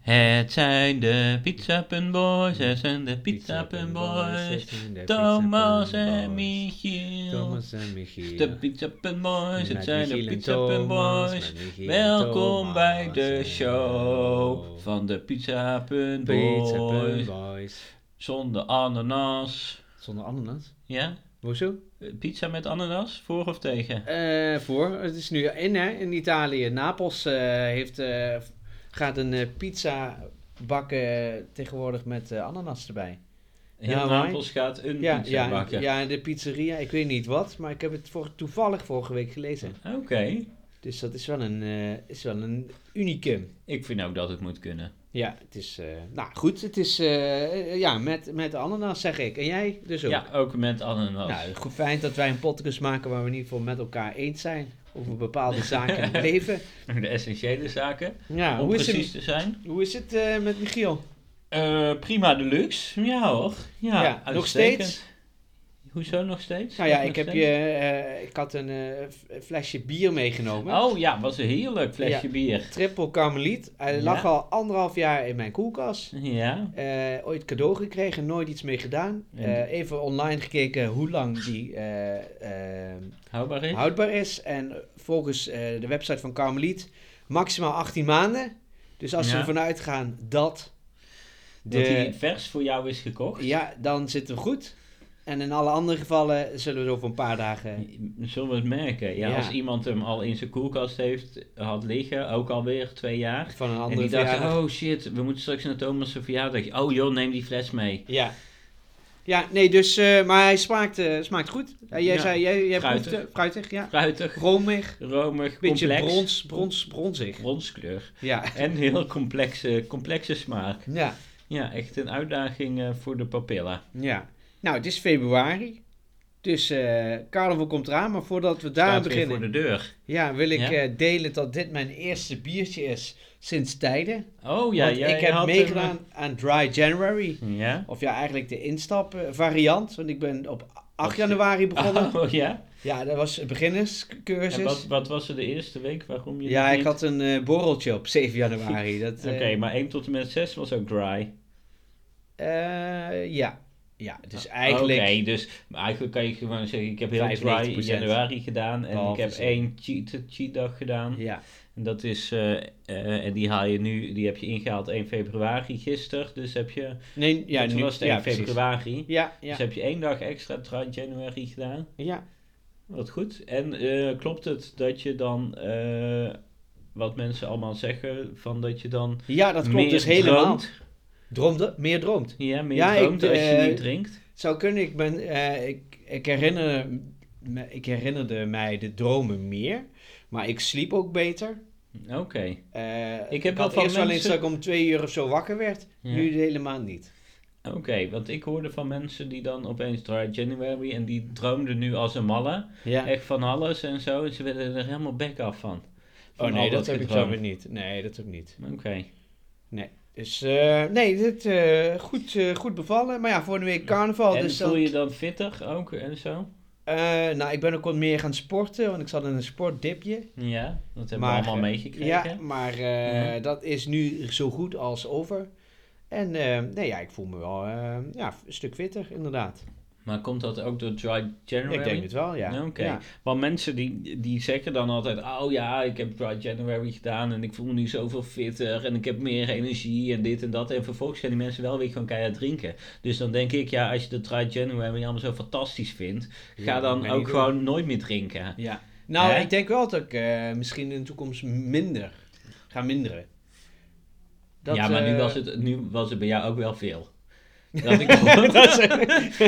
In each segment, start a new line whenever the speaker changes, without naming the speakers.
Het zijn de pizzapunboys, het zijn de pizzapunboys. Thomas en Michiel.
Thomas en Michiel.
De pizzapunboys, het
Met
zijn de
Michiel en Thomas,
pizzapunboys.
met Michiel en
Welkom bij de
Thomas en
show
Michiel.
van de
Pizza
pizzapunboys.
Boys.
Zonder ananas.
Zonder ananas.
Ja?
Hoezo?
Eh, Pizza met ananas, voor of tegen?
Eh, voor. Het is nu in, hè? In Italië. Napels eh, heeft, eh, gaat een eh, pizza bakken tegenwoordig met eh, ananas erbij.
Heel
Ja,
Napels gaat een
Ja,
pizza
ja,
bakken.
ja, de pizzeria. Ik weet niet wat, maar ik heb het voor, toevallig vorige week gelezen.
Oké.
Dus dat is wel een, eh, is wel een unicum.
Ik vind ook dat het moet kunnen.
Ja, het is... eh, nou, goed. Het is... eh, eh, ja, met, met ananas zeg ik. En jij dus ook.
Ja, ook met ananas.
Nou, goed, fijn dat wij een podcast maken waar we in ieder geval met elkaar eens zijn. Over bepaalde zaken in het leven.
De essentiële zaken,
Ja,
om
hoe is,
precies
het,
te zijn.
hoe is het eh, met Michiel?
Eh, prima deluxe, ja hoor. Ja,
Ja, nog
uitstekend.
steeds?
Hoezo nog steeds?
Nou ja,
Nog
ik, heb je,
steeds?
eh, ik had een eh, f- flesje bier meegenomen.
Oh ja, was een heerlijk flesje bier.
Triple Carmeliet. Hij
Ja.
lag al anderhalf jaar in mijn koelkast.
Ja,
Eh, ooit cadeau gekregen, nooit iets mee gedaan.
En-
Eh, even online gekeken hoe lang die eh, eh,
houdbaar is.
houdbaar is. En volgens eh, de website van Carmeliet maximaal 18 maanden. Dus als we
Ja.
ervan uitgaan dat,
Dat hij
de,
vers voor jou is gekocht.
ja, dan zitten we goed. En in alle andere gevallen zullen we het over een paar dagen...
Zullen we het merken? Ja,
Ja.
Als iemand hem al in zijn koelkast heeft, had liggen, ook alweer twee jaar.
Van een
En
andere
die dacht,
verjaardag-
oh shit, we moeten straks naar Thomas' verjaardag. Oh joh, neem die fles mee.
Ja. Ja, nee, dus... eh, maar hij smaakt, eh, smaakt goed. Eh, jij
Ja.
zei, jij, jij
Fruitig.
proefde... Fruitig, ja.
Fruitig,
Romig.
romig,
Beetje
complex.
brons, brons, bronzig.
bronskleur.
Ja.
En heel complexe, complexe smaak.
Ja.
Ja, echt een uitdaging eh, voor de papilla.
Ja. Nou, het is februari. Dus eh carnaval komt eraan. Maar voordat we daar
Staat weer
beginnen...
voor de deur.
Ja, wil ik
Ja?
eh, delen dat dit mijn eerste biertje is sinds tijden.
Oh ja,
Want
jij
ik heb
had eh,
meegedaan aan Dry January.
hem, eh, ja.
Of ja, eigenlijk de instapvariant. Want ik ben op
Wat-
8 januari begonnen.
Oh ja.
Ja, dat was een beginnerscursus.
En wat, wat was er de eerste week waarom je.
Ja,
dat
ik
niet-
had een eh, borreltje op 7 januari. Dat,
Oké,
eh,
maar 1 tot en met 6 was ook dry.
eh, ja. ja, dus eigenlijk...
Ah, Oké, dus maar eigenlijk kan je gewoon zeggen: ik heb heel dry in
95%.
januari gedaan. En
Behalve
ik heb
zon.
één cheat, cheat dag gedaan.
Ja,
En dat is. eh, eh, en die haal je nu, die heb je ingehaald 1 februari gisteren. Dus heb je.
nee, ja,
toen
nu,
was het 1
ja, precies.
februari.
Ja, ja,
Dus heb je één dag extra try January gedaan.
ja.
Wat goed. En eh, klopt het dat je dan, eh, wat mensen allemaal zeggen, van dat je dan
ja, dat klopt
meer
dus helemaal.
droomt?
Droomde, meer droomt.
Ja, meer
Ja, ik,
droomt als je
eh,
niet drinkt.
Zou kunnen, ik ben, eh, ik, ik, herinner, me- ik herinnerde mij de dromen meer, maar ik sliep ook beter.
Oké.
Eh,
heb wel
had
van
eerst wel eens
mensen-
dat ik om twee uur of zo wakker werd,
Ja.
nu helemaal niet.
Oké, want ik hoorde van mensen die dan opeens Dry January en die droomden nu als een malle.
Ja.
Echt van alles en zo. En ze werden er helemaal bek af van.
Oh
Van
nee,
al
dat heb ik zo
gedroom.
weer niet. Nee, dat ook niet.
Oké.
Dus eh, nee, dit eh, goed, eh, goed bevallen. Maar ja, volgende week carnaval.
en
dus
voel
dan,
je dan fitter ook en zo?
eh, nou, ik ben ook wat meer gaan sporten, want ik zat in een sportdipje.
Ja, dat hebben
Maar,
we allemaal
eh,
meegekregen. Mhm.
Ja, maar eh,
Ja.
dat is nu zo goed als over. En eh, nee, ja, ik voel me wel eh, ja, een stuk fitter, inderdaad.
Maar komt dat ook door Dry January?
Ik denk het wel, ja.
Oké.
Ja.
Want mensen die, die zeggen dan altijd: Oh ja, ik heb Dry January gedaan en ik voel me nu zoveel fitter en ik heb meer energie en dit en dat. En vervolgens gaan die mensen wel weer gewoon keihard drinken. Dus dan denk ik: Ja, als je de Dry January allemaal zo fantastisch vindt, ga
Ja, dat
dan
kan
ook
niet
gewoon nooit meer drinken.
Ja. Nou,
Hè?
ik denk wel dat ik eh, misschien in de toekomst minder ga minderen. Dat,
ja, maar nu,
eh,
was het, nu was het bij jou ook wel veel. Dat ik,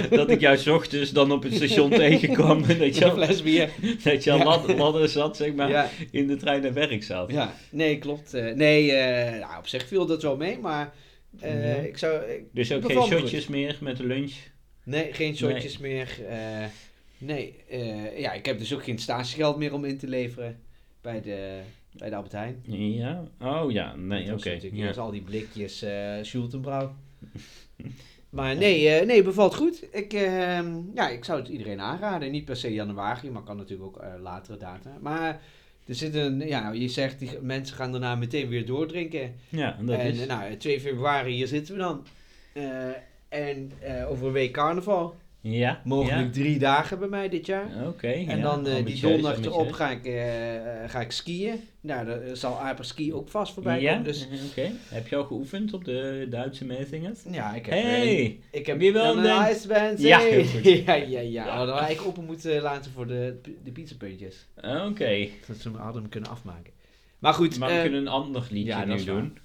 dat, ik jou 's ochtends dan op het station tegenkwam en dat je,
Een
al-
fles bier.
dat je al
Ja.
lad- ladder zat, zeg maar,
ja,
in de trein naar werk zat.
ja, nee, klopt. Eh, nee, eh, nou, op zich viel dat wel mee, maar eh,
Ja.
ik zou... ik-
Dus ook geen
Beval me goed.
shotjes meer met de lunch.
nee, geen shotjes meer. eh, nee, eh, ja, ik heb dus ook geen statiegeld meer om in te leveren bij de, bij de Albert Heijn.
Ja? Oh ja, nee,
Dat was
oké.
natuurlijk
Ja.
eerst al die blikjes eh Schultenbrouw. maar nee, eh, nee, bevalt goed. Ik, ehm, ja, ik zou het iedereen aanraden. Niet per se januari, maar kan natuurlijk ook eh, latere data. Maar Er zit een, ja, je zegt, die mensen gaan daarna meteen weer doordrinken.
Ja, en dat
en
is...
nou, 2 februari, hier zitten we dan. Eh, en eh, over een week carnaval.
ja,
Mogelijk drie dagen bij mij dit jaar.
ja. Oké,
En
ja,
dan eh, die
ambitieus,
donderdag erop
ambitieus.
ga ik, eh, eh, ga ik skiën. Nou, daar zal Aper Ski ook vast voorbij
Ja, eh,
komen. Dus
oké. Heb je al geoefend op de Duitse metingen?
ja, ik heb, eh,
Hey!
ik heb
wie wil
dan
hem
een
denk-
iceband.
Ja,
hey.
heel goed.
ja, ja, ja.
Ja.
We hadden eigenlijk open moeten eh, laten voor de, de pizzapuntjes.
Eh, Oké.
Dat ze hem hadden hem kunnen afmaken. Maar goed,
Maar we
eh,
kunnen een ander liedje
ja, dat
nu
is waar.
doen.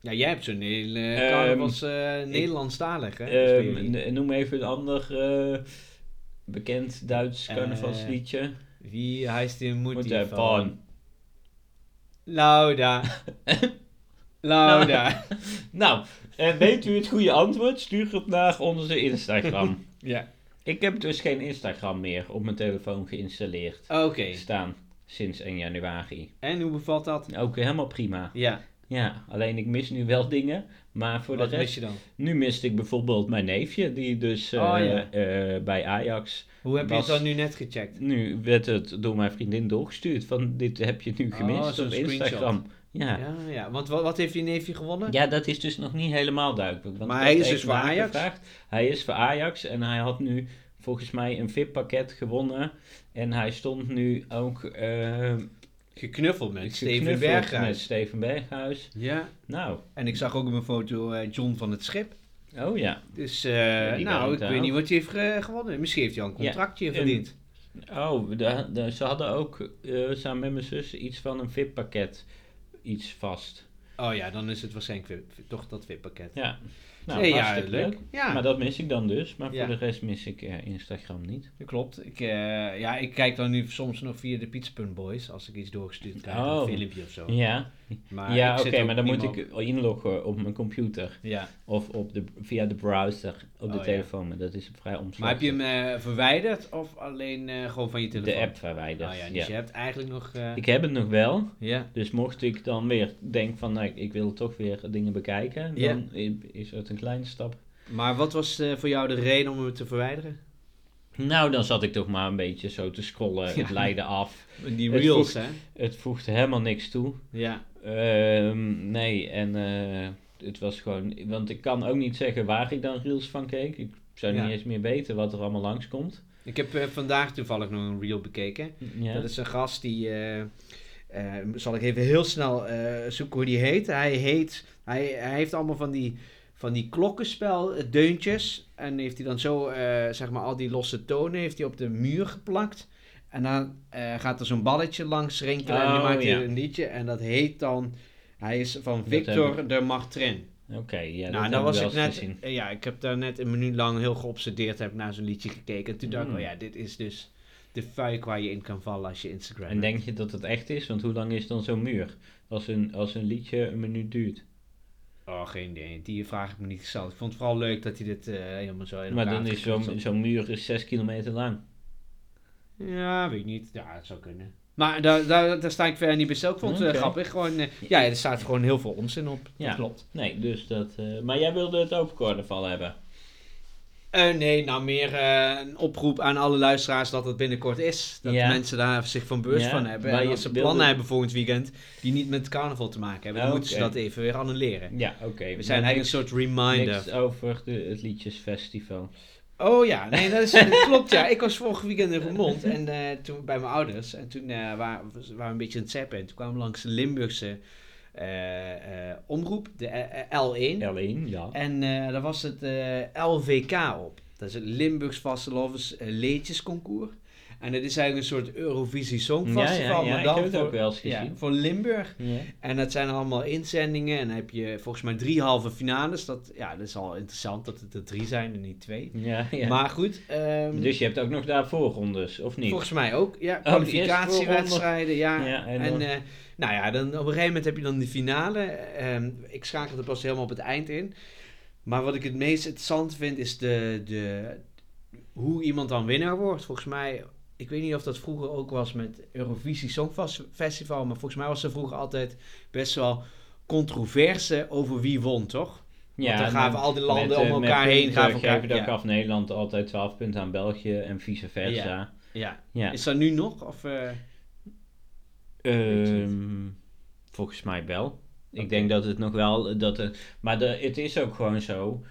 ja, jij hebt zo'n hele
Ehm,
carnavals eh, Nederlandstalig, hè?
Ehm,
speel je.
n- noem even een ander eh, bekend Duits
Eh,
carnavalsliedje.
Wie heist die
Moet
moeder
hij
van?
van.
Lauda. Lauda.
Nou, eh, weet u het goede antwoord? Stuur het naar onze Instagram.
ja.
Ik heb dus geen Instagram meer op mijn telefoon geïnstalleerd
Oké.
staan sinds 1 januari.
En hoe bevalt dat?
Ook helemaal prima.
Ja.
Ja, alleen ik mis nu wel dingen. Maar voor
Wat
de rest,
mis je dan?
nu miste ik bijvoorbeeld mijn neefje, die dus eh,
Oh, ja.
eh, bij Ajax
Hoe heb je het
Bas-
dan nu net gecheckt?
Nu werd het door mijn vriendin doorgestuurd van dit heb je nu
Oh,
gemist
zo'n
op
screenshot.
Instagram. Ja. ja.
Ja, ja. Want wat, wat heeft je neefje gewonnen?
dat is dus nog niet helemaal duidelijk. Want
Maar
ik
hij
had
is dus
even
voor Ajax?
nagevraagd. Hij is voor Ajax en hij had nu volgens mij een VIP-pakket gewonnen. En hij stond nu ook eh,
Geknuffeld met Steven
geknuffeld met
Berghuis.
Steven Berghuis.
Ja.
Nou,
En ik zag ook op mijn foto eh, John van het Schip.
oh ja.
Dus eh,
die waren
nou, ik
daar
weet
ook.
niet wat hij heeft ge- gewonnen. Misschien heeft hij al een
Ja,
contractje
een-
verdiend.
Oh, de- de- ze hadden ook eh, samen met mijn zus iets van een VIP-pakket. Iets vast.
Oh ja, dan is het waarschijnlijk weer- toch dat wippakket.
Ja. Nou,
Nee, ja,
hartstikke leuk.
leuk. Ja,
Maar dat mis ik dan dus. Maar
Ja.
voor de rest mis ik eh, Instagram niet.
dat klopt. Ik, eh, ja, ik kijk dan nu soms nog via de Pizzapunt Boys als ik iets doorgestuurd krijg,
Oh.
een filmpje of zo.
Ja,
Maar
ja
ik
oké,
zit ook
maar dan
niet
moet
meer op-
ik inloggen op mijn computer.
Ja.
Of op de, via de browser op de
Oh, ja.
telefoon. Maar dat is vrij omslachtig.
Maar heb je hem eh, verwijderd of alleen eh, gewoon van je telefoon?
De app verwijderd.
Ah ja, dus
ja.
je hebt eigenlijk nog... eh,
Ik heb het nog wel.
Ja.
Dus mocht ik dan weer denken van, nou, ik wil toch weer dingen bekijken.
Ja.
Dan i- is het een kleine stap.
Maar wat was eh, voor jou de reden om hem te verwijderen?
Nou, dan zat ik toch maar een beetje zo te scrollen.
Ja.
Het leidde af.
Die
Het
reels,
voegt-
hè?
Het voegde helemaal niks toe.
Ja.
Ehm, nee, en eh, het was gewoon. Want ik kan ook niet zeggen waar ik dan reels van keek. Ik zou
Ja.
niet eens meer weten wat er allemaal langskomt.
Ik heb eh, vandaag toevallig nog een reel bekeken.
Ja.
Dat is een gast die... eh, eh, zal ik even heel snel eh, zoeken hoe die heet. Hij heet... Hij, hij heeft allemaal van die, van die klokkenspel eh, deuntjes. En heeft hij dan zo, eh, zeg maar, al die losse tonen heeft hij op de muur geplakt. En dan eh, gaat er zo'n balletje langs rinkelen en dan
Oh,
maakt hij
ja.
een liedje. En dat heet dan... Hij is van
Dat heb
Victor de Martrin.
Oké, ja,
nou,
dat
daar
heb
was
wel
ik
eens
net.
gezien.
eh, Ja, ik heb daar net een minuut lang heel geobsedeerd heb naar zo'n liedje gekeken. En toen dacht ik,
Mm.
oh ja, dit is dus de fuik waar je in kan vallen als je Instagram.
En
hebt.
denk je dat het echt is? Want hoe lang is dan zo'n muur? Als een, als een liedje een minuut duurt.
Oh, geen idee. Die vraag heb ik me niet gesteld. Ik vond het vooral leuk dat hij dit eh, helemaal zo. in
maar
elkaar
dan
had
is zo'n
geknutseld.
zo'n muur is zes kilometer lang.
Ja, weet ik niet. Ja, dat zou kunnen. Maar daar, daar, daar sta ik verder niet bij stil. Ik vond het eh,
Oké.
grappig. Gewoon, eh, ja, er staat gewoon heel veel onzin op. Ja.
Ja.
Dat klopt.
Nee, dus dat. eh, maar jij wilde het over carnaval hebben.
Eh, nee, nou meer eh, een oproep aan alle luisteraars dat het binnenkort is. Dat
Ja.
mensen daar zich van bewust
Ja,
van hebben.
maar
En
je
als ze
wilde-
plannen hebben volgend weekend die niet met carnaval te maken hebben, dan
Oh,
moeten ze
oké.
dat even weer annuleren.
Ja, oké.
We zijn
Maar
eigenlijk een soort
niks,
reminder.
niks over de, het liedjesfestival.
Oh ja, nee, dat, is, dat klopt ja. Ik was vorig weekend in Vermont en eh, toen, bij mijn ouders. En toen eh, waren, we- waren we een beetje aan het zappen. En toen kwamen we langs de Limburgse eh, eh, omroep, de eh, eh, L1.
Alleen, ja.
En eh, daar was het eh, LVK op. Dat is het Limburgs Vastelovens eh, Leedjesconcours. En dat is eigenlijk een soort Eurovisie Songfestival.
ja, ja,
maar
ik
dan
heb het
voor,
ook wel eens
ja,
gezien.
voor Limburg.
Ja.
En dat zijn allemaal inzendingen. En dan heb je volgens mij drie halve finales. Dat, ja, dat is al interessant dat het er drie zijn en niet twee.
Ja, ja.
Maar goed, ehm,
dus je hebt ook nog daar voorrondes, of niet? Oh,
volgens mij ook. Ja,
die eerste
kwalificatiewedstrijden. Ja.
Ja, en
En,
dan-
eh, nou ja, dan op een gegeven moment heb je dan de finale. Ehm, ik schakel er pas helemaal op het eind in. Maar wat ik het meest interessant vind is de, de, hoe iemand dan winnaar wordt. Volgens mij, ik weet niet of dat vroeger ook was met Eurovisie Songfestival. Maar volgens mij was er vroeger altijd best wel controverse over wie won, toch? Want dan
en
gaven
dan
al die
met,
landen
eh,
om
met
elkaar heen.
punten
Gaven elkaar,
geven dat
ja.
gaf Nederland altijd 12 punten aan België en vice versa. Ja.
Ja.
Ja.
Is dat nu nog? Of, eh, Weet je het?
Ehm, volgens mij wel. Ik denk dat het nog wel. eh, Dat er, maar de, het is ook gewoon zo.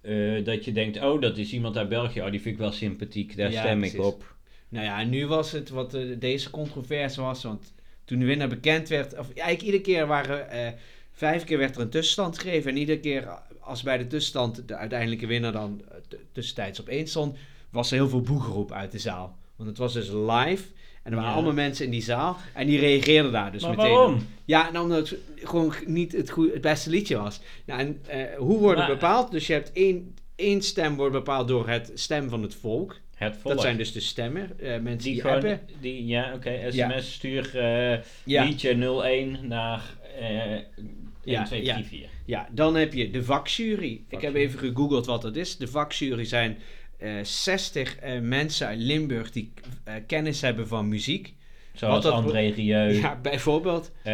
eh, dat je denkt, oh, dat is iemand uit België. Oh, die vind ik wel sympathiek. Daar
Ja,
stem ik
precies.
op.
Nou ja, nu was het wat eh, deze controverse was. Want toen de winnaar bekend werd. Of eigenlijk iedere keer waren. eh, vijf keer werd er een tussenstand gegeven. En iedere keer als bij de tussenstand de uiteindelijke winnaar dan eh, t- tussentijds op één stond. Was er heel veel boegeroep uit de zaal. Want het was dus live. En er waren
Ja.
allemaal mensen in die zaal. En die reageerden daar dus
maar
meteen. op.
waarom?
Ja, en omdat het gewoon niet het, goe- het beste liedje was. Nou, en eh, hoe wordt het
Maar-
bepaald? Dus je hebt één, één stem wordt bepaald door het stem van het volk.
Het volk.
Dat zijn dus de stemmen, eh, mensen die,
die, gewoon,
appen.
die Ja, oké. sms
Ja.
stuur eh,
Ja,
liedje 01 naar eh 1,
Ja,
2,
ja.
3, 4.
ja, dan heb je de vakjury. Ik heb
Vakjury.
even gegoogeld wat dat is. De vakjury zijn eh, 60 eh, mensen uit Limburg die eh, kennis hebben van muziek.
Zoals
dat-
André Rieu.
Ja, bijvoorbeeld
eh,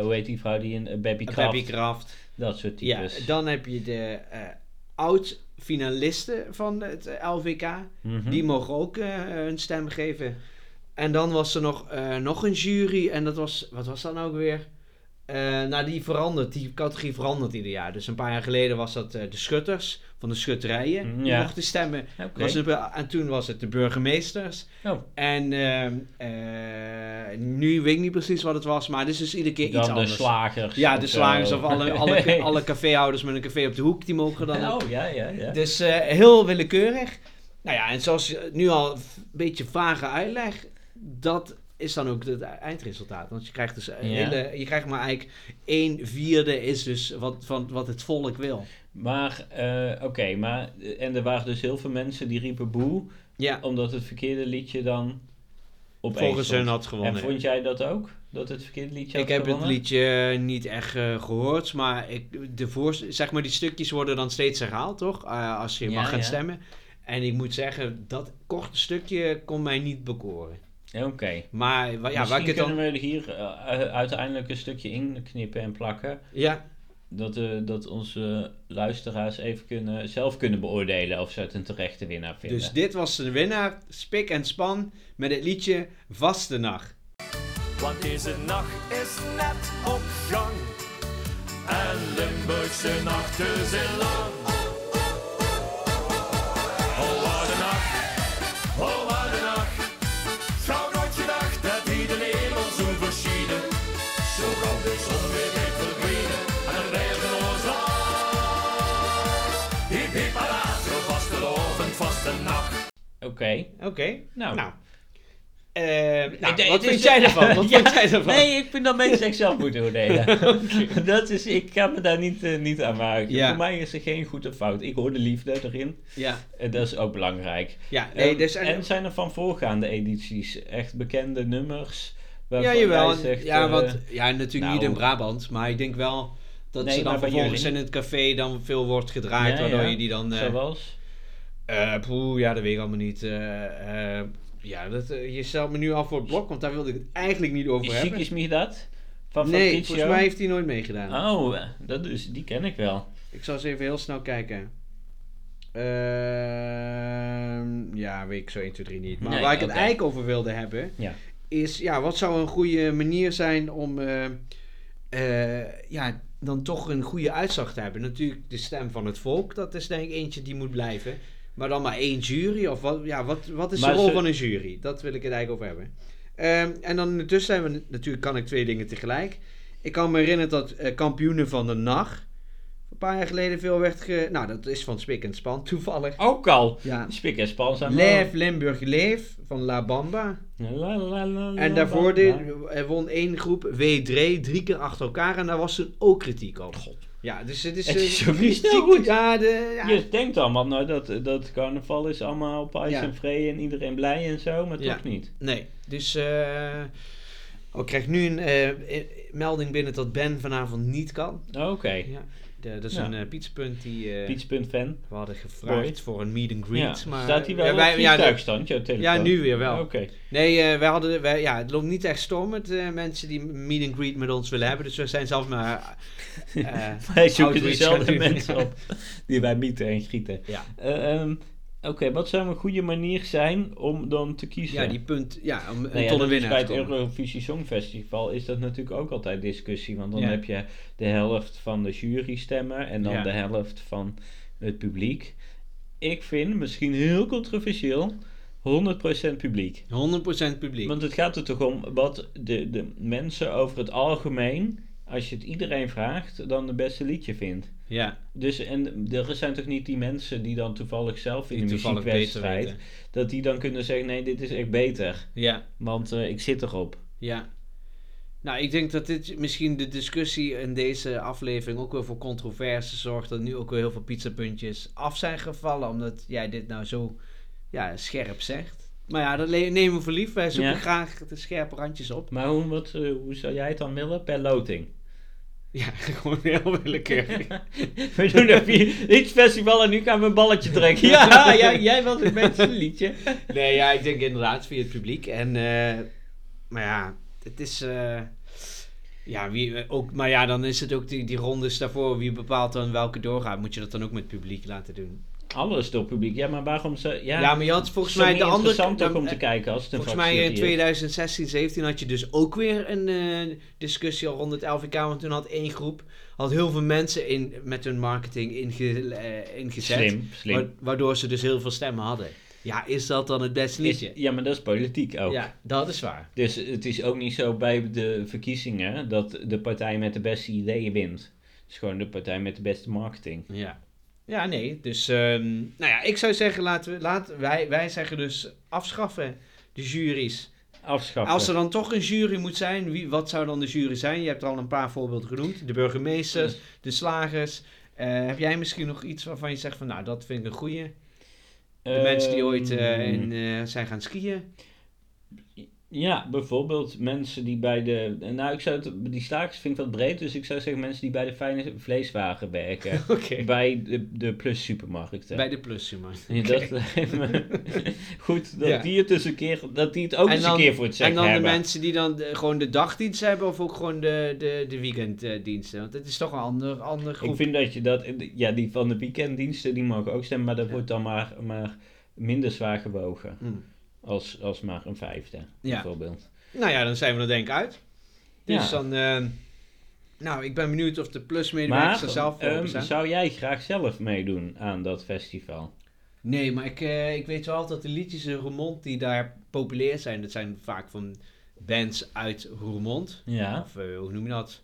hoe heet die vrouw die een Baby Kraft.
Babbie Kraft.
Dat soort
Ja,
types.
dan heb je de eh, oud-finalisten van het eh, LVK.
Mhm.
Die mogen ook eh, hun stem geven. En dan was er nog, eh, nog een jury. En dat was, wat was dat nou ook weer? Eh, nou, die verandert, die categorie verandert ieder jaar. Dus een paar jaar geleden was dat eh, de schutters van de schutterijen.
Mm,
Die
ja.
mochten stemmen.
Oké.
Was het, be- en toen was het de burgemeesters.
Oh.
En ehm, eh, nu weet ik niet precies wat het was, maar het is dus iedere keer
dan
iets
de
anders.
slagers.
ja, de
zo.
slagers of alle, alle, alle caféhouders met een café op de hoek, die mogen dan ook
Oh, ja, ja, ja.
dus eh, heel willekeurig. Nou ja, en zoals je nu al een f- beetje vage uitleg, dat is dan ook het eindresultaat. Want je krijgt dus een
Ja.
hele, je krijgt maar eigenlijk een vierde is dus wat, van wat het volk wil.
Maar, eh, oké, maar... En er waren dus heel veel mensen die riepen boe...
Ja,
omdat het verkeerde liedje dan op één
volgens
stond.
hun had
En
gewonnen.
vond jij dat ook? Dat het verkeerde liedje
Ik
had
heb het
gewonnen?
liedje niet echt eh, gehoord, maar ik, de voor, zeg maar die stukjes worden dan steeds herhaald, toch? Eh, als je
Ja,
mag gaan
ja.
stemmen. En ik moet zeggen, dat korte stukje kon mij niet bekoren.
Oké.
Maar wa- ja, waar
Misschien
ik het
kunnen
dan...
we er hier eh, u- uiteindelijk een stukje in knippen en plakken.
Ja,
Dat, eh, dat onze luisteraars even kunnen, zelf kunnen beoordelen of ze het een terechte winnaar vinden.
Dus dit was de winnaar, Spik en Span, met het liedje Vaste Nacht.
Want deze nacht is net op gang. En Limburgse nachten zijn lang. Oh, wat een nacht. Oh, wat een nacht. Trouw nooit gedacht dat iedereen ons zo verschieden. Zo gauw de zon weer heeft verdwenen. En dan rijden we ons af. Hip, hip, ala. Zo vaste lovend, vaste nacht.
Oké,
Oké.
nou.
Nou. Eh, nou,
Ik-
wat
het
vind
is-
jij ervan? Wat
Ja,
vind jij ervan?
Nee, ik vind dat mensen echt zelf moeten oordelen. dat is, ik ga me daar niet, eh, niet aan maken.
Ja.
Voor mij is er geen goed of fout. Ik hoor de liefde erin.
Ja,
En dat is ook belangrijk.
ja nee,
Ehm,
dus... En,
En zijn er van voorgaande edities echt bekende nummers?
ja,
waarvan
jawel.
jij zegt,
ja,
eh,
want, ja, natuurlijk
nou.
niet in Brabant, maar ik denk wel dat
Nee,
ze dan
maar bij
vervolgens
jullie.
in het café dan veel wordt gedraaid,
Ja,
waardoor
ja.
je die dan... eh
Zoals?
eh, poeh, ja, dat weet ik allemaal niet. eh, eh, ja, dat, eh, je stelt me nu af voor het blok, want daar wilde ik het eigenlijk niet over
Ziek
hebben.
is me dat? Van
Nee,
Fabricio?
volgens mij heeft hij nooit meegedaan.
Oh, eh, dat is, die ken ik wel.
Ik zal eens even heel snel kijken. Ehm, ja, weet ik zo 1, 2, 3 niet. Maar
Nee,
waar ik het
oké.
eigenlijk over wilde hebben,
Ja.
is ja, wat zou een goede manier zijn om eh, eh, ja, dan toch een goede uitslag te hebben? Natuurlijk de stem van het volk, dat is denk ik eentje die moet blijven. Maar dan maar één jury? Of wat, ja, wat, wat is
Maar
de rol
ze-
van een jury? Dat wil ik het eigenlijk over hebben. Ehm, en dan in de tussentijd, natuurlijk kan ik twee dingen tegelijk. Ik kan me herinneren dat eh, kampioenen van de NAG een paar jaar geleden veel werd ge... Nou, dat is van Spik en Span, toevallig.
Ook al.
Ja.
Spik en span zijn
Leef Limburg Leef van La Bamba.
wel- La, la, la, la, Nou,
En daarvoor
la,
de,
la.
er won één groep W3 drie keer achter elkaar en daar was toen ook kritiek op. Ja, dus het is...
Het
eh,
is ook niet
ziek-
zo goed.
Ja, de, ja.
Je denkt allemaal nou, dat, dat carnaval is allemaal op ijs
Ja.
en vree en iedereen blij en zo, maar
Ja.
toch niet.
Nee, dus... eh, oh, ik krijg nu een eh, eh, melding binnen dat Ben vanavond niet kan.
Oké.
Ja, de- dat is
Ja.
een eh, pizzapunt die... eh
Piets.fan.
we hadden gevraagd
Mooi.
voor een meet and
Ja.
greet. Maar,
Staat hij wel
Ja, wij-
op
ja,
vliegtuigstand, jouw telefoon?
Ja, nu weer wel.
Oké.
Nee, eh, wij hadden, wij, ja, het loopt niet echt storm met eh, mensen die meet and greet met ons willen hebben. Dus we zijn zelf maar... eh,
Wij zoeken
Outreach
dezelfde
gaat nu.
mensen op die wij mieten en gieten.
Ja.
Eh, ehm, Oké, wat zou een goede manier zijn om dan te kiezen?
Ja, die punt, ja, om
Nou ja, dat
tot een
is
winnaar
Bij
te
het
komen.
Eurovisie Songfestival is dat natuurlijk ook altijd discussie. Want dan
Ja.
heb je de helft van de jury stemmen en dan
Ja.
de helft van het publiek. Ik vind, misschien heel controversieel, 100% publiek.
100% publiek.
Want het gaat er toch om wat de, de mensen over het algemeen, als je het iedereen vraagt, dan het beste liedje vindt.
ja,
Dus en er zijn toch niet die mensen die dan toevallig zelf in
die
de
toevallig beter
muziekwedstrijd,
weten.
dat die dan kunnen zeggen, nee, dit is echt beter.
Ja,
Want eh, ik zit erop.
ja. Nou, ik denk dat dit misschien de discussie in deze aflevering ook wel voor controverse zorgt. Dat nu ook wel heel veel pizzapuntjes af zijn gevallen. Omdat jij dit nou zo ja, scherp zegt. Maar ja, dat le- nemen we voor lief. Wij zoeken
Ja.
graag de scherpe randjes op.
Maar hoe, wat, eh, hoe zou jij het dan willen? Per loting.
Ja, gewoon heel willekeurig.
We doen een vier- iets festival en nu gaan we een balletje trekken. Ja, ja jij was het beste liedje.
Nee, ja, ik denk inderdaad via het publiek. En, eh, maar ja, het is. eh, ja, wie, ook, maar ja, dan is het ook die, die rondes daarvoor. Wie bepaalt dan welke doorgaat? Moet je dat dan ook met het publiek laten doen?
Alles door het publiek. Ja, maar waarom ze... Ja,
Ja,
ja
maar je had volgens mij de andere.
interessant ook
dan-
om te
eh,
kijken als het een
Volgens mij in
fractie is.
2016, 17 had je dus ook weer een eh, discussie al rond het LVK. Want toen had één groep had heel veel mensen in, met hun marketing inge, eh, ingezet.
Slim,
wa-
slim.
waardoor ze dus heel veel stemmen hadden. Ja, is dat dan het beste
Is-
liedje?
ja, maar dat is politiek ook.
Ja, dat is waar.
Dus het is ook niet zo bij de verkiezingen dat de partij met de beste ideeën wint. Het is gewoon de partij met de beste marketing.
Ja. Ja, nee. Dus, ehm, nou ja, ik zou zeggen, laten we, laten, wij, wij zeggen dus afschaffen de juries.
Afschaffen.
Als er dan toch een jury moet zijn, wie, wat zou dan de jury zijn? Je hebt er al een paar voorbeelden genoemd. De burgemeesters, de slagers. Eh, heb jij misschien nog iets waarvan je zegt van, nou, dat vind ik een goeie. De mensen die ooit eh,
Ehm,
in, eh, zijn gaan skiën.
Ja, bijvoorbeeld mensen die bij de. Nou, ik zou het, die slagers vind ik wat breed, dus ik zou zeggen mensen die bij de fijne vleeswagen werken.
Oké.
bij de, de plus supermarkten.
Bij de plussen, man.
Ja, dat lijkt me goed dat
Ja.
die het dus een keer, dat die het ook
En
eens
dan-
een keer voor het
En
zeggen
dan de
hebben.
mensen die dan de- gewoon de dagdienst hebben of ook gewoon de, de, de weekenddiensten. Want het is toch een ander, ander groep.
ik vind dat je dat, ja, die van de weekenddiensten die mogen ook stemmen, maar dat
Ja.
wordt dan maar, maar minder zwaar gewogen
Hm.
als, als maar een vijfde, bijvoorbeeld.
Nou ja, dan zijn we er denk ik uit.
Ja.
Dus dan... eh, nou, ik ben benieuwd of de plusmedewerkers er
Maar
zelf voor
ehm,
open zijn.
zou jij graag zelf meedoen aan dat festival?
Nee, maar ik, eh, ik weet wel dat de liedjes in Roermond die daar populair zijn... dat zijn vaak van bands uit Roermond.
Ja.
Of eh, hoe noem je dat?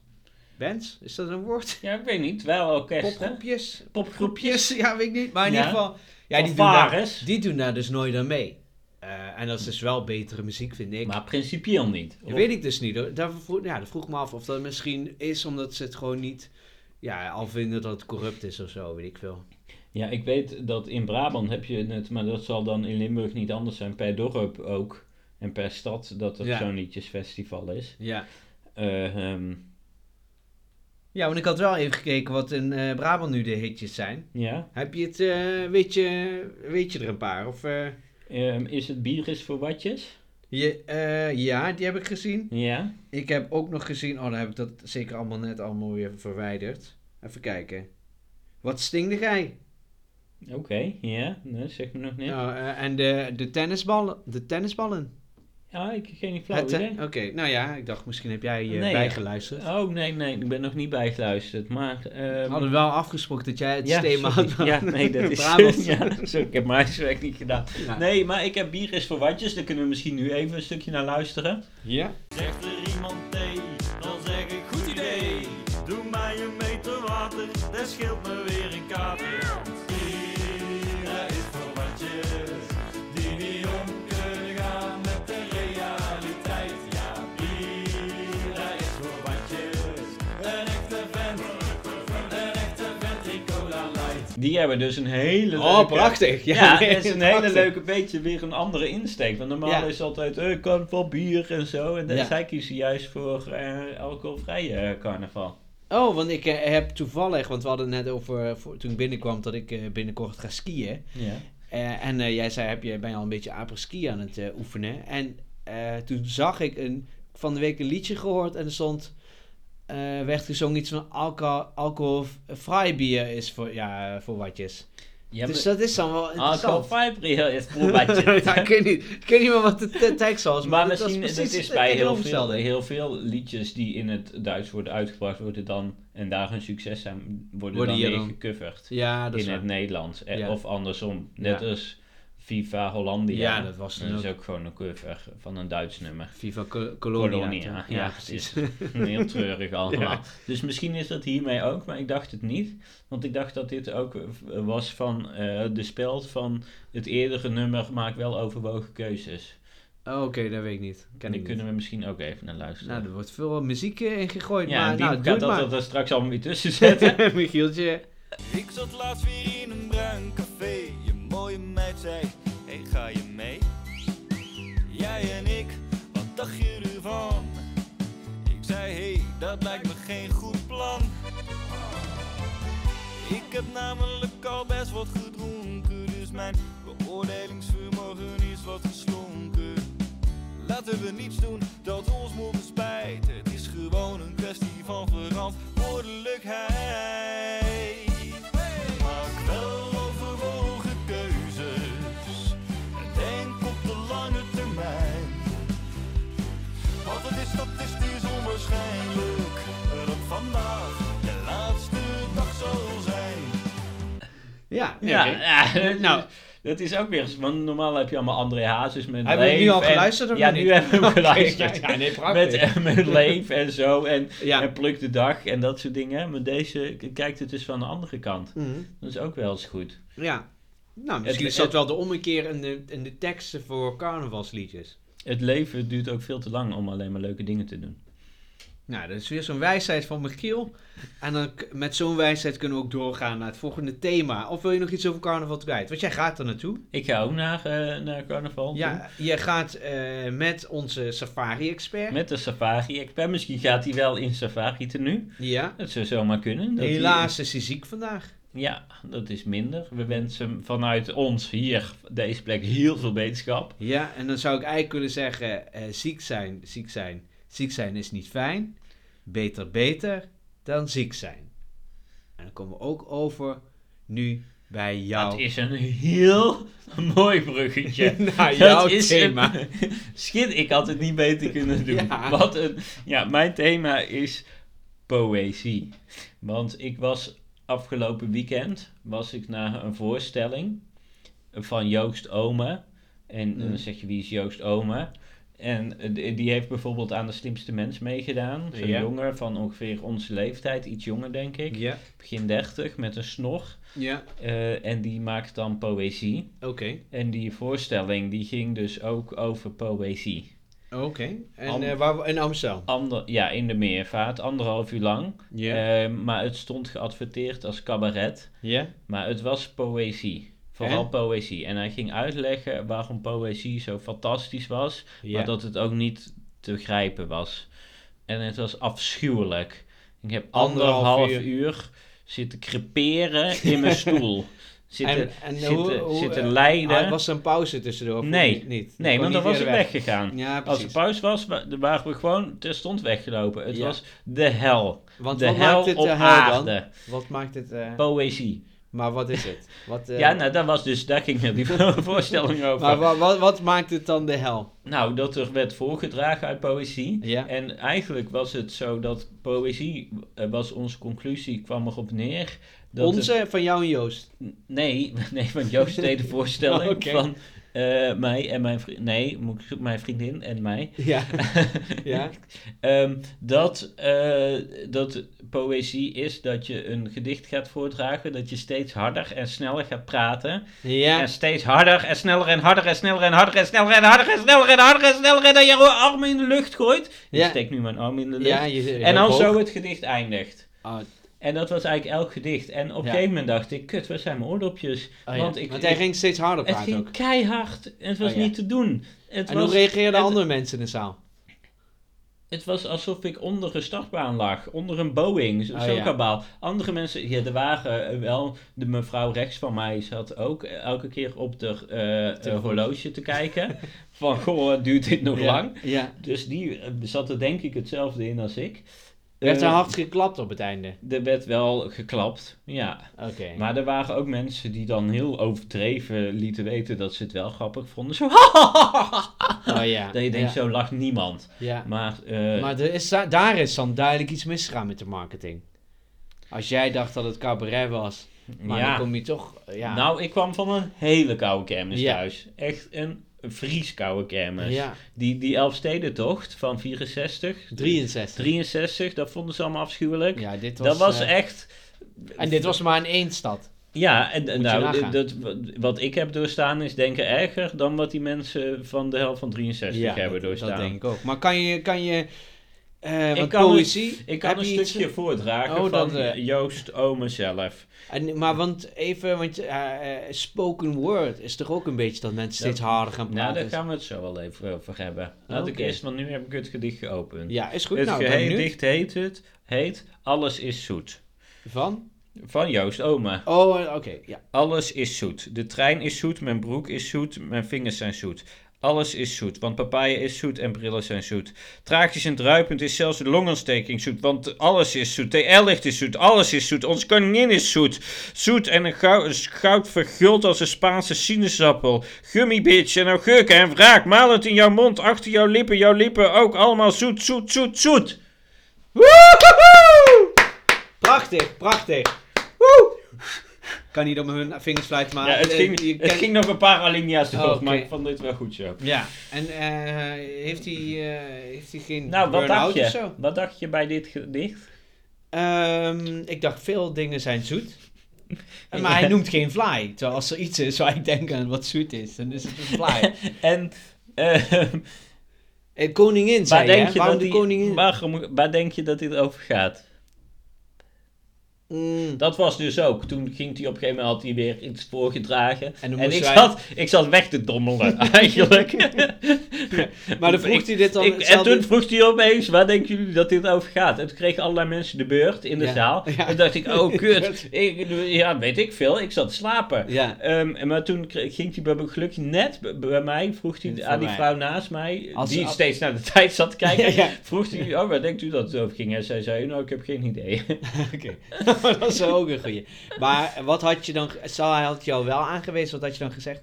Bands? Is dat een woord?
Ja, ik weet niet. Wel orkest, hè?
Popgroepjes?
Popgroepjes.
Groepjes? Ja, weet ik niet. Maar in
Ja.
ieder geval... Ja,
Of
die doen, daar,
Vares.
die doen daar dus nooit aan mee. Eh, en dat is dus wel betere muziek, vind ik.
Maar principieel niet.
Dat weet ik dus niet hoor. Daar vroeg, ja, dat vroeg me af of dat misschien is omdat ze het gewoon niet ja, al vinden dat het corrupt is of zo, weet ik veel.
Ja, ik weet dat in Brabant heb je het, maar dat zal dan in Limburg niet anders zijn, per dorp ook. En per stad dat er
Ja.
zo'n liedjesfestival is.
Ja.
Eh, ehm,
ja, want ik had wel even gekeken wat in eh, Brabant nu de hitjes zijn.
ja.
Heb je het, eh, weet, je, weet je er een paar? Of, eh,
Ehm, is het bier is voor watjes?
je, eh, ja, die heb ik gezien.
Ja.
Ik heb ook nog gezien, oh dan heb ik dat zeker allemaal net allemaal weer verwijderd. Even kijken. Wat stingde jij?
Oké, ja. Nee, zeg me nog niet. Ja,
Nou, eh, en de, de tennisballen. De tennisballen.
Ah, ik heb geen flauw
Het, eh,
idee.
Oké, nou ja, ik dacht misschien heb jij eh
Nee,
bijgeluisterd.
Oh, nee, nee. Ik ben nog niet bijgeluisterd, maar...
We
ehm,
hadden wel afgesproken dat jij het
ja,
thema
sorry.
had.
Ja, nee, dat is...
Brabant.
ja, sorry, ik heb mijn huiswerk niet gedaan.
Ja.
Nee, maar ik heb bier is voor watjes. Daar kunnen we misschien nu even een stukje naar luisteren.
Ja.
Zegt er iemand nee, dan zeg ik goed idee. Doe mij een meter water, dat scheelt me weer een kater. Hier, dat is voor watjes die niet om kunnen gaan met de realiteit. Ja, bier, dat is voor watjes. Een echte vent, een echte vent die cola light.
Die hebben dus een hele
Oh,
leuke...
prachtig.
Ja,
Ja, nee,
dat is een
prachtig.
hele leuke beetje weer een andere insteek. Want normaal
Ja.
is altijd eh, carnaval, bier en zo. En dan-
Ja.
zij kiezen juist voor eh, alcoholvrije eh, carnaval.
Oh, want ik eh, heb toevallig, want we hadden het net over eh, voor- toen ik binnenkwam dat ik eh, binnenkort ga skiën.
Ja.
Eh, en eh, jij zei, heb je, ben je al een beetje apres-ski aan het eh, oefenen? En eh, toen zag ik een, van de week een liedje gehoord en er stond, eh, werd gezongen iets van alcohol, alcohol bier is eh, voor, ja, voor watjes.
Ja,
dus
maar-
dat is dan wel
Ah,
interessant.
Calpybril is
ja, ik
probatje.
weet niet, ik weet niet meer wat de te- tekst was.
Maar
dat was
misschien,
precies
dit is
het
bij heel veel,
tegenovergestelde.
heel veel liedjes die in het Duits worden uitgebracht, worden dan, en daar een succes zijn, worden,
Worden
dan
hier
weer
dan-
gecoverd
Ja, dat is
in het
waar.
Nederlands. Eh,
Ja.
Of andersom, net
Ja.
als Viva Hollandia.
Ja, dat was dan
Dat is
ook.
ook gewoon een cover van een Duits nummer.
Viva Col- Colonia.
Colonia, ja,
toch?
precies. Heel treurig allemaal.
Ja.
Dus misschien is dat hiermee ook, maar ik dacht het niet. Want ik dacht dat dit ook eh, was van eh, de speld van het eerdere nummer Maak wel overwogen keuzes.
Oh, Oké, dat weet ik niet. Ken
Daar
ik
kunnen
niet.
we misschien ook even naar luisteren.
Nou, er wordt veel muziek eh, in gegooid.
ja,
maar
en die
nou, doe
gaat
het
dat
maar.
er straks allemaal weer tussen zetten.
Michieltje.
Ik zat laatst weer in een bruin café. Je mooie meid zei: Hey, ga je mee? Jij en ik, wat dacht je ervan? Ik zei: Hey, dat lijkt me geen goed plan. Ik heb namelijk al best wat gedronken, dus mijn beoordelingsvermogen is wat geslonken. Laten we niets doen dat ons moet spijten. Het is gewoon een kwestie van verantwoordelijkheid. Maak wel overwogen keuzes. En denk op de lange termijn. Want het is statistisch onwaarschijnlijk dat vandaag de laatste dag zal zijn.
Ja, nee,
ja,
oké.
ja,
Nou.
nou. Dat is ook weer, want normaal heb je allemaal André Hazes met
Hebben we
Leef
nu al
en-
geluisterd of
Ja,
nog
nu
niet?
hebben we geluisterd.
Ja, nee, prachtig.
met, eh, met Leef en zo. En
Ja.
En pluk de dag en dat soort dingen. Maar deze k- kijkt het dus van de andere kant.
Mhm.
Dat is ook wel eens goed.
Ja. Nou, misschien
Het-
is dat wel de ommekeer in de, in de teksten voor carnavalsliedjes.
Het leven duurt ook veel te lang om alleen maar leuke dingen te doen.
Nou, dat is weer zo'n wijsheid van Michiel. En dan, k- met zo'n wijsheid kunnen we ook doorgaan naar het volgende thema. Of wil je nog iets over carnaval kwijt? Want jij gaat er naartoe.
Ik ga ook naar, eh, naar carnaval. toe.
Ja, je gaat eh, met onze safari-expert.
Met de safari. Ik ben misschien gaat hij wel in safari tenue.
Ja.
Dat zou zomaar kunnen. dat hij-
Helaas is hij ziek vandaag.
ja, dat is minder. We wensen hem vanuit ons hier, deze plek, heel veel beterschap.
Ja, en dan zou ik eigenlijk kunnen zeggen: eh, ziek zijn, ziek zijn, ziek zijn is niet fijn. Beter, beter dan ziek zijn. En dan komen we ook over nu bij jou.
Dat is een heel mooi bruggetje.
Naar
Dat
jouw
is
thema.
een- Shit, ik had het niet beter kunnen doen.
Ja.
Wat een... Ja, mijn thema is poëzie. Want ik was afgelopen weekend was ik naar een voorstelling van Joost Ome. En
Mm.
dan zeg je, wie is Joost Ome? En eh, die- die heeft bijvoorbeeld aan De Slimste Mens meegedaan. Zo'n
Ja.
jongen van ongeveer onze leeftijd, iets jonger denk ik.
Ja,
Begin 30, met een snor.
ja,
Eh, en die maakt dan poëzie.
oké.
En die voorstelling die ging dus ook over poëzie.
Oké. En
Am-
eh, waar we- in Amsterdam?
Ander, ja, in de meervaart, anderhalf uur lang.
Ja.
Eh, maar het stond geadverteerd als cabaret.
Ja?
Maar het was poëzie. Vooral
En?
poëzie. En hij ging uitleggen waarom poëzie zo fantastisch was.
Ja.
Maar dat het ook niet te begrijpen was. En het was afschuwelijk. Ik heb
Anderhalf
anderhalf,
uur.
uur. zitten creperen in mijn stoel. Zitten,
En- en
zitten,
hoe- hoe-
zitten
eh,
lijden.
Ah, was er een pauze tussendoor? of
Nee.
niet? niet?
Nee,
Je
want
kon
dan
niet
was het
verder weg.
weggegaan.
Ja,
Als er
precies.
pauze was, wa- dan waren we gewoon terstond weggelopen. Het
Ja.
was de hel.
Want
de
wat
hel
maakt dit
op
de hel dan?
aarde.
Wat maakt het... eh,
Poëzie.
maar wat is het? Wat, eh,
Ja, nou, dat was dus, daar ging die voorstelling over.
Maar wa- wa- wat maakt het dan de hel?
Nou, dat er werd voorgedragen uit poëzie.
Ja.
En eigenlijk was het zo dat poëzie, eh, was onze conclusie, kwam erop neer. Dat het-
Onze, van jou en Joost.
nee, nee, want Joost deed de voorstelling
Oh, Oké.
van eh, mij en mijn vriendin. Nee, moet ik- mijn vriendin en mij.
Ja. ja.
Ehm, dat, eh, dat poëzie is dat je een gedicht gaat voordragen, dat je steeds harder en sneller gaat praten.
Ja.
En steeds harder en sneller en harder en sneller en harder en sneller en harder en sneller en harder en sneller en dat je je armen in de lucht gooit.
Ja.
Ik steek nu mijn arm in de lucht.
ja je, je
dus. en dan
hoog.
zo het gedicht eindigt.
Ah,
En dat was eigenlijk elk gedicht. En op een
Ja.
gegeven moment dacht ik, kut, waar zijn mijn oordopjes?
oh
Want
ja. Want,
ik-
hij
ik-
ging steeds harder
Het
praten
ging
ook.
keihard en het was
Oh ja.
niet te doen. Het
En
was,
hoe reageerden
het-
andere mensen in de zaal?
Het was alsof ik onder een startbaan lag, onder een Boeing, zo-
Oh,
zo'n
ja.
kabaal. Andere mensen, ja, er waren eh, wel, de mevrouw rechts van mij zat ook eh, elke keer op de eh, eh, horloge te kijken. van, goh, duurt dit nog
Ja.
lang?
Ja.
Dus die eh, zat er denk ik hetzelfde in als ik. Eh,
werd er hard geklapt op het einde.
Er werd wel geklapt, ja.
Oké.
Maar er waren ook mensen die dan heel overdreven lieten weten dat ze het wel grappig vonden. Zo,
Oh ja.
dat je denkt,
ja.
zo lacht niemand.
Ja.
Maar, eh,
Maar er is, da- daar is dan duidelijk iets misgegaan met de marketing. Als jij dacht dat het cabaret was, maar
ja.
dan kom je toch... Ja.
Nou, ik kwam van een hele koude kermis
Ja.
thuis. Echt een vrieskoude kermis.
ja.
Die, die Elfstedentocht van 64,
63.
63, dat vonden ze allemaal afschuwelijk.
Ja, dit was...
dat was
eh,
echt...
En dit was maar in één stad.
Ja, en, en
Moet je
nou,
nagaan.
dat, wat ik heb doorstaan is denken erger dan wat die mensen van de helft van 63 hebben
dat,
doorstaan.
dat denk ik ook. Maar kan je... Kan je eh want
kan het-
poëzie...
Ik kan
heb
een
je iets-
stukje voordragen
Oh,
van
dat, eh.
Joost Ome zelf.
En, maar want even, want eh, eh, spoken word is toch ook een beetje dat mensen
Dat-
steeds harder gaan praten.
Nou, daar gaan we het zo wel even over hebben. Laat ik
Oh, Oké.
eerst, want nu heb ik het gedicht geopend.
Ja, is goed.
het
nou, ik ben
geheel
benieuwd.
dicht heet het, heet Alles is zoet.
Van?
Van Joost Ome.
Oh, eh, oké. ja.
Alles is zoet. De trein is zoet, mijn broek is zoet, mijn vingers zijn zoet. Alles is zoet, want papaya is zoet en brillen zijn zoet. Tragisch en druipend is zelfs de longontsteking zoet, want alles is zoet. TL-licht is zoet, alles is zoet, ons koningin is zoet. Zoet en een goud, een goud verguld als een Spaanse sinaasappel. Gummibitch en augurken en wraak, malend in jouw mond, achter jouw lippen, jouw lippen ook allemaal zoet, zoet, zoet, zoet.
Woehoehoe! Prachtig, prachtig. Woe! Kan niet op mijn vingers fluiten, maar...
Ja, het
eh,
ging,
je
het
kan-
ging nog een paar alinea's door,
Oké.
maar ik vond dit wel goed zo.
Ja, en eh, heeft hij eh, heeft hij geen
Nou, wat dacht
burn-out of
je?
zo?
Wat dacht je bij dit gedicht?
Ehm, ik dacht, veel dingen zijn zoet. Maar hij noemt geen fly. Terwijl als er iets is waar ik denk aan wat zoet is, dan is het een fly.
En ehm,
Eh, koningin,
waar,
zei je,
denk
hè?
je
Waarom
dat
de
die,
koningin?
waarom, waar denk je dat dit over gaat?
Mm.
Dat was dus ook. Toen ging hij op een gegeven moment had hij weer iets voorgedragen.
En
En,
dan moest
ik,
hij-
zat, ik zat weg te dommelen eigenlijk.
Maar dan vroeg
Ik-
hij dit dan...
ik, en
hetzelfde-
toen vroeg hij opeens, waar denken jullie dat dit over gaat? En toen kregen allerlei mensen de beurt in de
Ja.
zaal.
Ja.
En toen dacht ik, oh kut. ik, ja, weet ik veel. Ik zat te slapen.
Ja,
Ehm, en maar toen kreeg- ging hij bij mijn geluk net b- bij mij, vroeg hij
Voor
aan die
mij.
vrouw naast mij,
Als-
die
als-
steeds naar de tijd zat te kijken,
Ja, ja.
vroeg hij, oh, waar denkt u dat het over ging? En zij zei, nou, ik heb geen idee.
oké. dat is ook een goeie. Maar wat had je dan... ge- Zal hij had jou wel aangewezen, wat had je dan gezegd?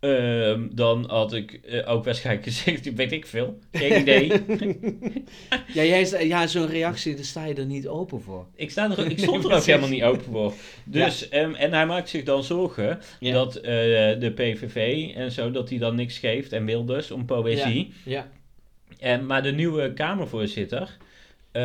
Ehm, dan had ik eh, ook waarschijnlijk gezegd, weet ik veel, geen idee.
Ja, jij, sta- ja zo'n reactie, daar sta je er niet open voor.
ik, sta er, ook- ik
Nee,
stond er ook
precies.
helemaal niet open voor. Dus, ehm, en hij maakt zich dan zorgen
Ja.
dat eh, de PVV en zo, dat hij dan niks geeft en wil dus om poëzie.
Ja.
En, maar de nieuwe Kamervoorzitter, eh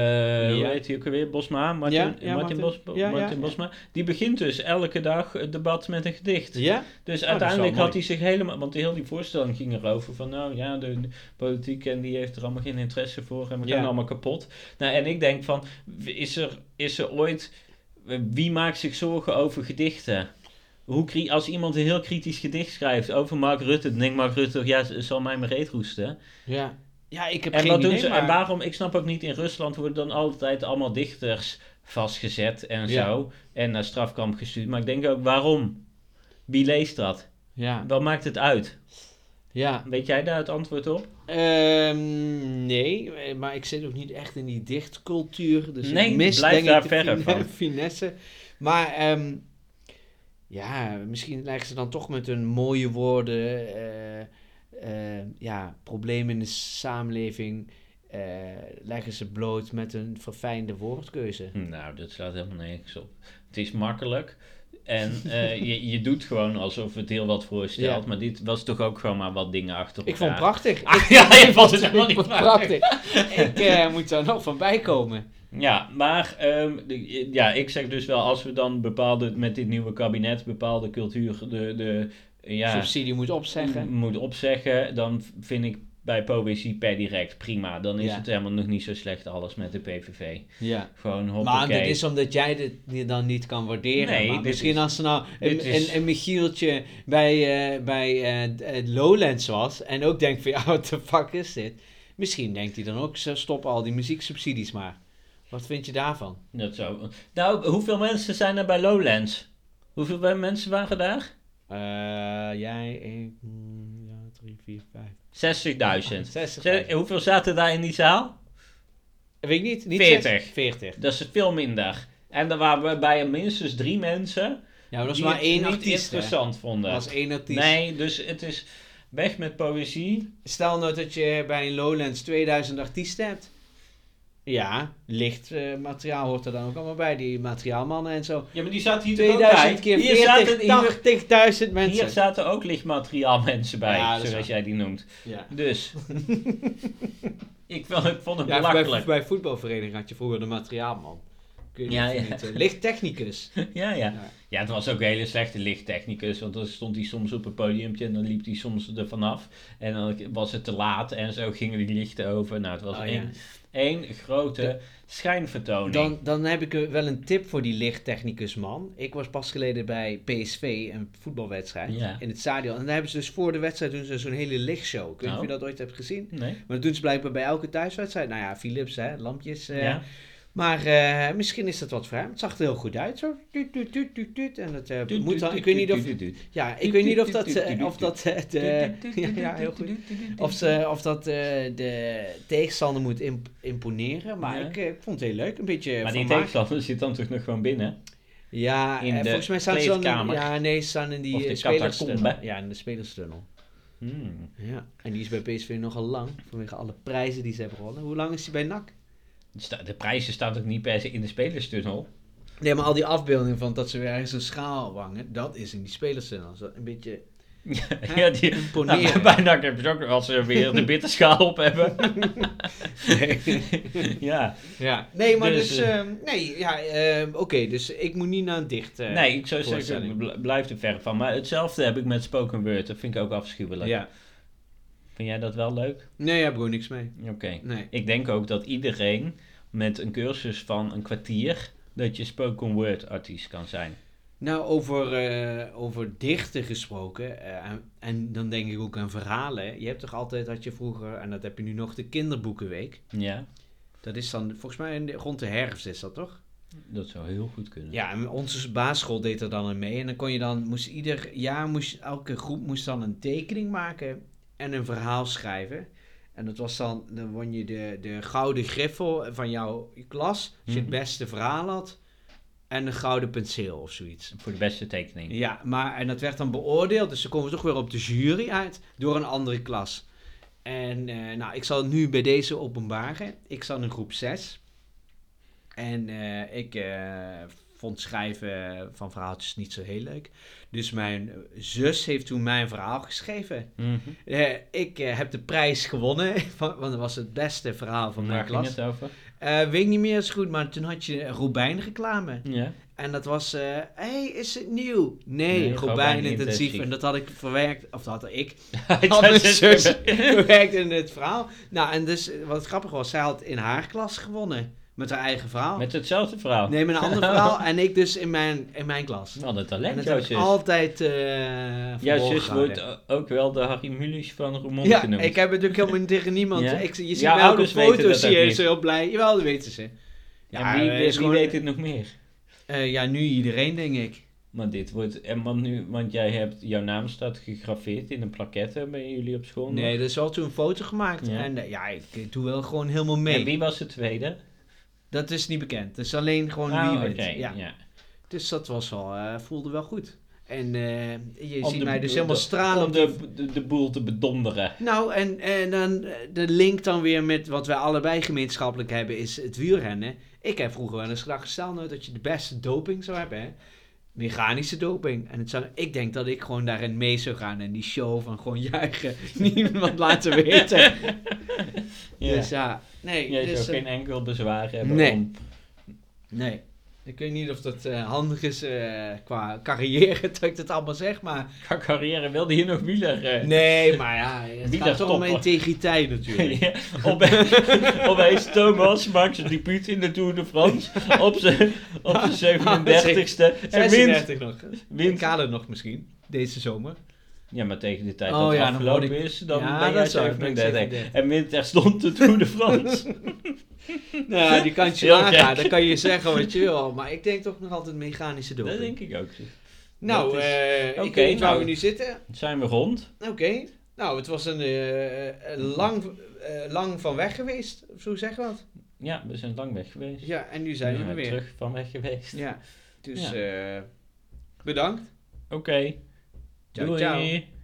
Ja.
hoe heet hij ook alweer? Bosma? Martin,
Ja, ja,
Martin,
Martin.
Bos- Bo-
Ja, ja,
Martin
ja.
Bosma. Die begint dus elke dag het debat met een gedicht.
Ja? Oh,
Dus
wel
uiteindelijk had
mooi.
hij zich helemaal... Want heel die voorstelling ging erover van... Nou ja, de, de politiek en die heeft er allemaal geen interesse voor. En we
Ja.
gaan allemaal kapot. Nou, en ik denk van... Is er, is er ooit... Wie maakt zich zorgen over gedichten? Hoe, cri- als iemand een heel kritisch gedicht schrijft over Mark Rutte... Dan denkt Mark Rutte, ja, z- zal mij mijn reet roesten.
Ja. Ja, ik heb
En
geen
wat
idee,
doen ze?
maar-
En waarom? Ik snap ook niet. In Rusland worden dan altijd allemaal dichters vastgezet en
Ja.
zo. En naar strafkamp gestuurd. Maar ik denk ook, waarom? Wie leest dat?
Ja.
Wat maakt het uit?
Ja.
Weet jij daar het antwoord op?
Ehm, nee, eh, maar ik zit ook niet echt in die dichtcultuur. Dus
Nee,
ik mis
blijf
denk
daar
ik de
verre
fine-
van.
finesse. Maar ehm, ja, misschien lijken ze dan toch met hun mooie woorden eh, eh, ja, problemen in de samenleving. eh, leggen ze bloot met een verfijnde woordkeuze.
Nou, dat slaat helemaal nergens op. Het is makkelijk. En eh, je, je doet gewoon alsof het heel wat voorstelt.
Ja.
Maar dit was toch ook gewoon maar wat dingen achter elkaar.
Ik vond het prachtig.
Ah, ja, je vond het helemaal
Ik
niet
vond het
prachtig.
prachtig. ik eh, moet daar nog van bij komen.
Ja, maar ehm, de- ja, ik zeg dus wel, als we dan bepaalde, met dit nieuwe kabinet bepaalde cultuur de, de, ja, Mm.
Subsidie moet opzeggen.
moet opzeggen, dan vind ik bij poëzie per direct prima. Dan is
Ja.
het helemaal nog niet zo slecht alles met de PVV.
Ja.
Gewoon
Maar
hoppakee.
dat is omdat jij dit ni- dan niet kan waarderen.
Nee,
Maar
dit
misschien
is-
als er nou
dit
een,
is-
een, een Michieltje bij, eh, bij eh, d- eh, Lowlands was en ook denkt van ja, wat de fuck is dit? Misschien denkt hij dan ook, zo, stop al die muzieksubsidies maar. Wat vind je daarvan?
Dat zou... Nou, hoeveel mensen zijn er bij Lowlands? Hoeveel bij- mensen waren daar?
Eh, jij, ik, mm, ja, drie, vier, vijf.
60.000.
60.
Zeg, Hoeveel zaten daar in die zaal?
eh, Weet ik niet. niet
40.
60, 40.
Dat is veel minder. En er waren bij minstens drie mensen
Ja, maar dat is
die
maar
het
één
niet
artiest. hè?
interessant vonden.
Dat was één artiest.
Nee, dus het is weg met poëzie.
Stel nou dat je bij een Lowlands 2000 artiesten hebt. Ja, licht eh, materiaal hoort er dan ook allemaal bij. Die materiaalmannen en zo.
Ja, maar die zaten hier toch ook
2000
bij?
keer
hier zaten,
40,
hier,
80.000
hier
mensen.
zaten ook lichtmateriaal mensen bij,
Ja, dat is
zoals
waar.
jij die noemt.
Ja.
Dus. ik, vond- ik vond het
Ja, bij,
belachelijk.
bij voetbalvereniging had je vroeger de materiaalman. Kun je
Ja,
niet
ja. Oh,
vergeten. Lichttechnicus.
Ja, ja.
Ja.
ja, het was ook een hele slechte lichttechnicus. Want dan stond hij soms op een podiumpje en dan liep hij soms er vanaf. En dan was het te laat en zo gingen die lichten over. Nou, het was
Oh, ja.
één, één grote schijnvertoning.
Dan, dan heb ik eh, wel een tip voor die lichttechnicus man. Ik was pas geleden bij PSV, een voetbalwedstrijd,
Ja.
in het stadion. En daar hebben ze dus voor de wedstrijd doen ze zo'n hele lichtshow. Ik weet niet of
Oh.
je dat ooit hebt gezien.
Nee?
Maar dat doen ze blijkbaar bij elke thuiswedstrijd. Nou ja, Philips, hè, lampjes. eh.
ja.
Maar eh, misschien is dat wat voor hem. Het zag er heel goed uit. Zo. Tuut, tuut, tuut, tuut, tuut. En dat eh, moet dan. Ik weet niet of. Ja, ik weet niet of dat. eh, Of dat. eh, de- ja, ja, heel goed. Of, ze, of dat eh, de tegenstander moet imp- imponeren. Maar
Ja.
ik, eh, ik vond het heel leuk. Een beetje.
Maar die
vermaak.
tegenstander zit dan toch nog gewoon binnen?
Ja,
in de
eh, volgens mij staan ze dan. in-
kleedkamer.
Ja, nee, ze staan in die
Of de
eh, spelerstunnel.
catacombe.
Ja, in de spelerstunnel.
Hmm.
Ja. En die is bij PSV nogal lang. Vanwege alle prijzen die ze hebben gewonnen. Hoe lang is die bij NAC?
Sta- De prijzen staan toch niet per se in de spelerstunnel?
Nee, maar al die afbeeldingen van dat ze weer ergens een schaal wangen, dat is in die spelerstunnel. Zo Een beetje...
Ja, die,
Imponeren.
Nou, bij NAC heb je ook nog als ze weer de bitterschaal op hebben. ja.
ja. Nee, maar dus...
Dus, eh,
ehm, nee, ja, ehm, oké, dus ik moet niet naar een dicht... eh,
Nee, ik zou
voorstelling.
zeggen, bl- blijf er ver van. Maar hetzelfde heb ik met spoken word. Dat vind ik ook afschuwelijk.
Ja.
Vind jij dat wel leuk?
Nee, daar heb ik ook niks mee.
Oké.
Nee.
Ik denk ook dat iedereen met een cursus van een kwartier... dat je spoken word artiest kan zijn.
Nou, over, eh, over dichten gesproken, eh, en, en dan denk ik ook aan verhalen. Je hebt toch altijd, had je vroeger, en dat heb je nu nog, de kinderboekenweek.
Ja,
Dat is dan, volgens mij in de- rond de herfst is dat toch?
dat zou heel goed kunnen.
Ja, en onze basisschool deed er dan aan mee. En dan kon je dan, moest ieder jaar, moest, elke groep moest dan een tekening maken en een verhaal schrijven. En dat was dan, dan won je de, de gouden griffel van jouw klas, als je het
Mhm.
beste verhaal had. En een gouden penseel of zoiets.
Voor de beste tekening.
Ja, maar en dat werd dan beoordeeld, dus dan komen we toch weer op de jury uit door een andere klas. En eh, nou, ik zal het nu bij deze openbaren. Ik zat in groep 6. En eh, ik eh, vond schrijven van verhaaltjes niet zo heel leuk. Dus mijn zus heeft toen mijn verhaal geschreven.
Mhm.
Eh, ik eh, heb de prijs gewonnen, van- want dat was het beste verhaal van mijn
Waar ging
klas.
het over?
Eh, weet ik niet meer zo goed, maar toen had je Robijn reclame.
Ja.
En dat was, eh, hey, is het nieuw? Nee,
Nee,
Robijn
Robijn
intensief.
intensief.
En dat had ik verwerkt, of dat had ik, had mijn zus
Anders-
verwerkt in het verhaal. Nou, en dus wat grappig was, zij had in haar klas gewonnen. Met haar eigen verhaal.
Met hetzelfde verhaal.
Oh. Nee, met een ander verhaal. En ik dus in mijn, in mijn klas.
Wat een
en
talent,
dat
jouw
heb ik
zus.
altijd eh
Jouw
verborgen
zus
gehouden.
wordt o- ook wel de Harry Mulisch van Roermond
Ja,
genoemd.
ik heb het ook helemaal niet tegen niemand.
Ja?
Ik, je ziet
Ja,
mij ook op
ouders weten dat
foto's, zie
ook
je
niet.
ze heel blij. Jawel, dat weten ze. Ja,
en wie,
eh,
wie
is gewoon-
weet dit nog meer?
Eh, ja, nu iedereen, denk ik.
Maar dit wordt... En want, nu, want jij hebt... Jouw naam staat gegraveerd in een plaquette bij jullie op school.
Nee, er is wel toen een foto gemaakt.
Ja.
En eh, ja, ik doe wel gewoon helemaal
En
mee.
wie was de tweede?
Dat is niet bekend. Het is alleen gewoon
Ah,
wie
oké.
wint. Ja.
ja.
Dus dat was wel, eh, voelde wel goed. En eh, je
Om
ziet
de-
mij dus helemaal
de-
stralen.
Om
op
de, de, de boel te bedonderen.
die- Nou, en, en dan eh, de link dan weer met wat wij allebei gemeenschappelijk hebben, is het wielrennen. Ik heb vroeger wel eens gedacht, stel nou dat je de beste doping zou hebben, hè? Mechanische doping. En het zou, ik denk dat ik gewoon daarin mee zou gaan. En die show van gewoon juichen. Niemand laten weten.
Ja.
Dus ja, nee.
Jij
dus,
zou
eh,
geen enkel bezwaar hebben
nee.
om...
Nee. Ik weet niet of dat eh, handig is eh, qua carrière dat ik dat allemaal zeg, maar...
Qua carrière wilde hier nog wieler... eh,
Nee, maar ja, het
Wie
gaat
daar
toch om
toppen?
integriteit natuurlijk.
Ja, opeens, opeens Thomas maakt zijn debuut in de Tour de France op zijn, op zijn 37ste. En wint,
36 nog.
wint.
Kale nog misschien, deze zomer.
Ja, maar tegen de tijd
Oh
dat het
ja, dan
afgelopen
word ik-
is, dan
Ja,
ben
dat
jij
zou ik
37.
37.
En wint terstond de Tour de France.
Nou, die kantje
Heel
aangaan,
gek.
dan kan je zeggen wat je wil, maar ik denk toch nog altijd mechanische doping.
dat denk ik ook.
Nou,
dat is-
eh, ik
oké,
weet niet waar
nou.
we nu zitten.
Zijn we rond?
Oké, nou, het was een eh, eh, lang, eh, lang van weg geweest, of zo zeggen we dat.
Ja, we zijn lang weg geweest.
Ja, en nu zijn we er
Ja,
weer.
terug van weg geweest.
Ja, dus
Ja.
eh, bedankt.
Oké,
Ciao,
doei.
ciao.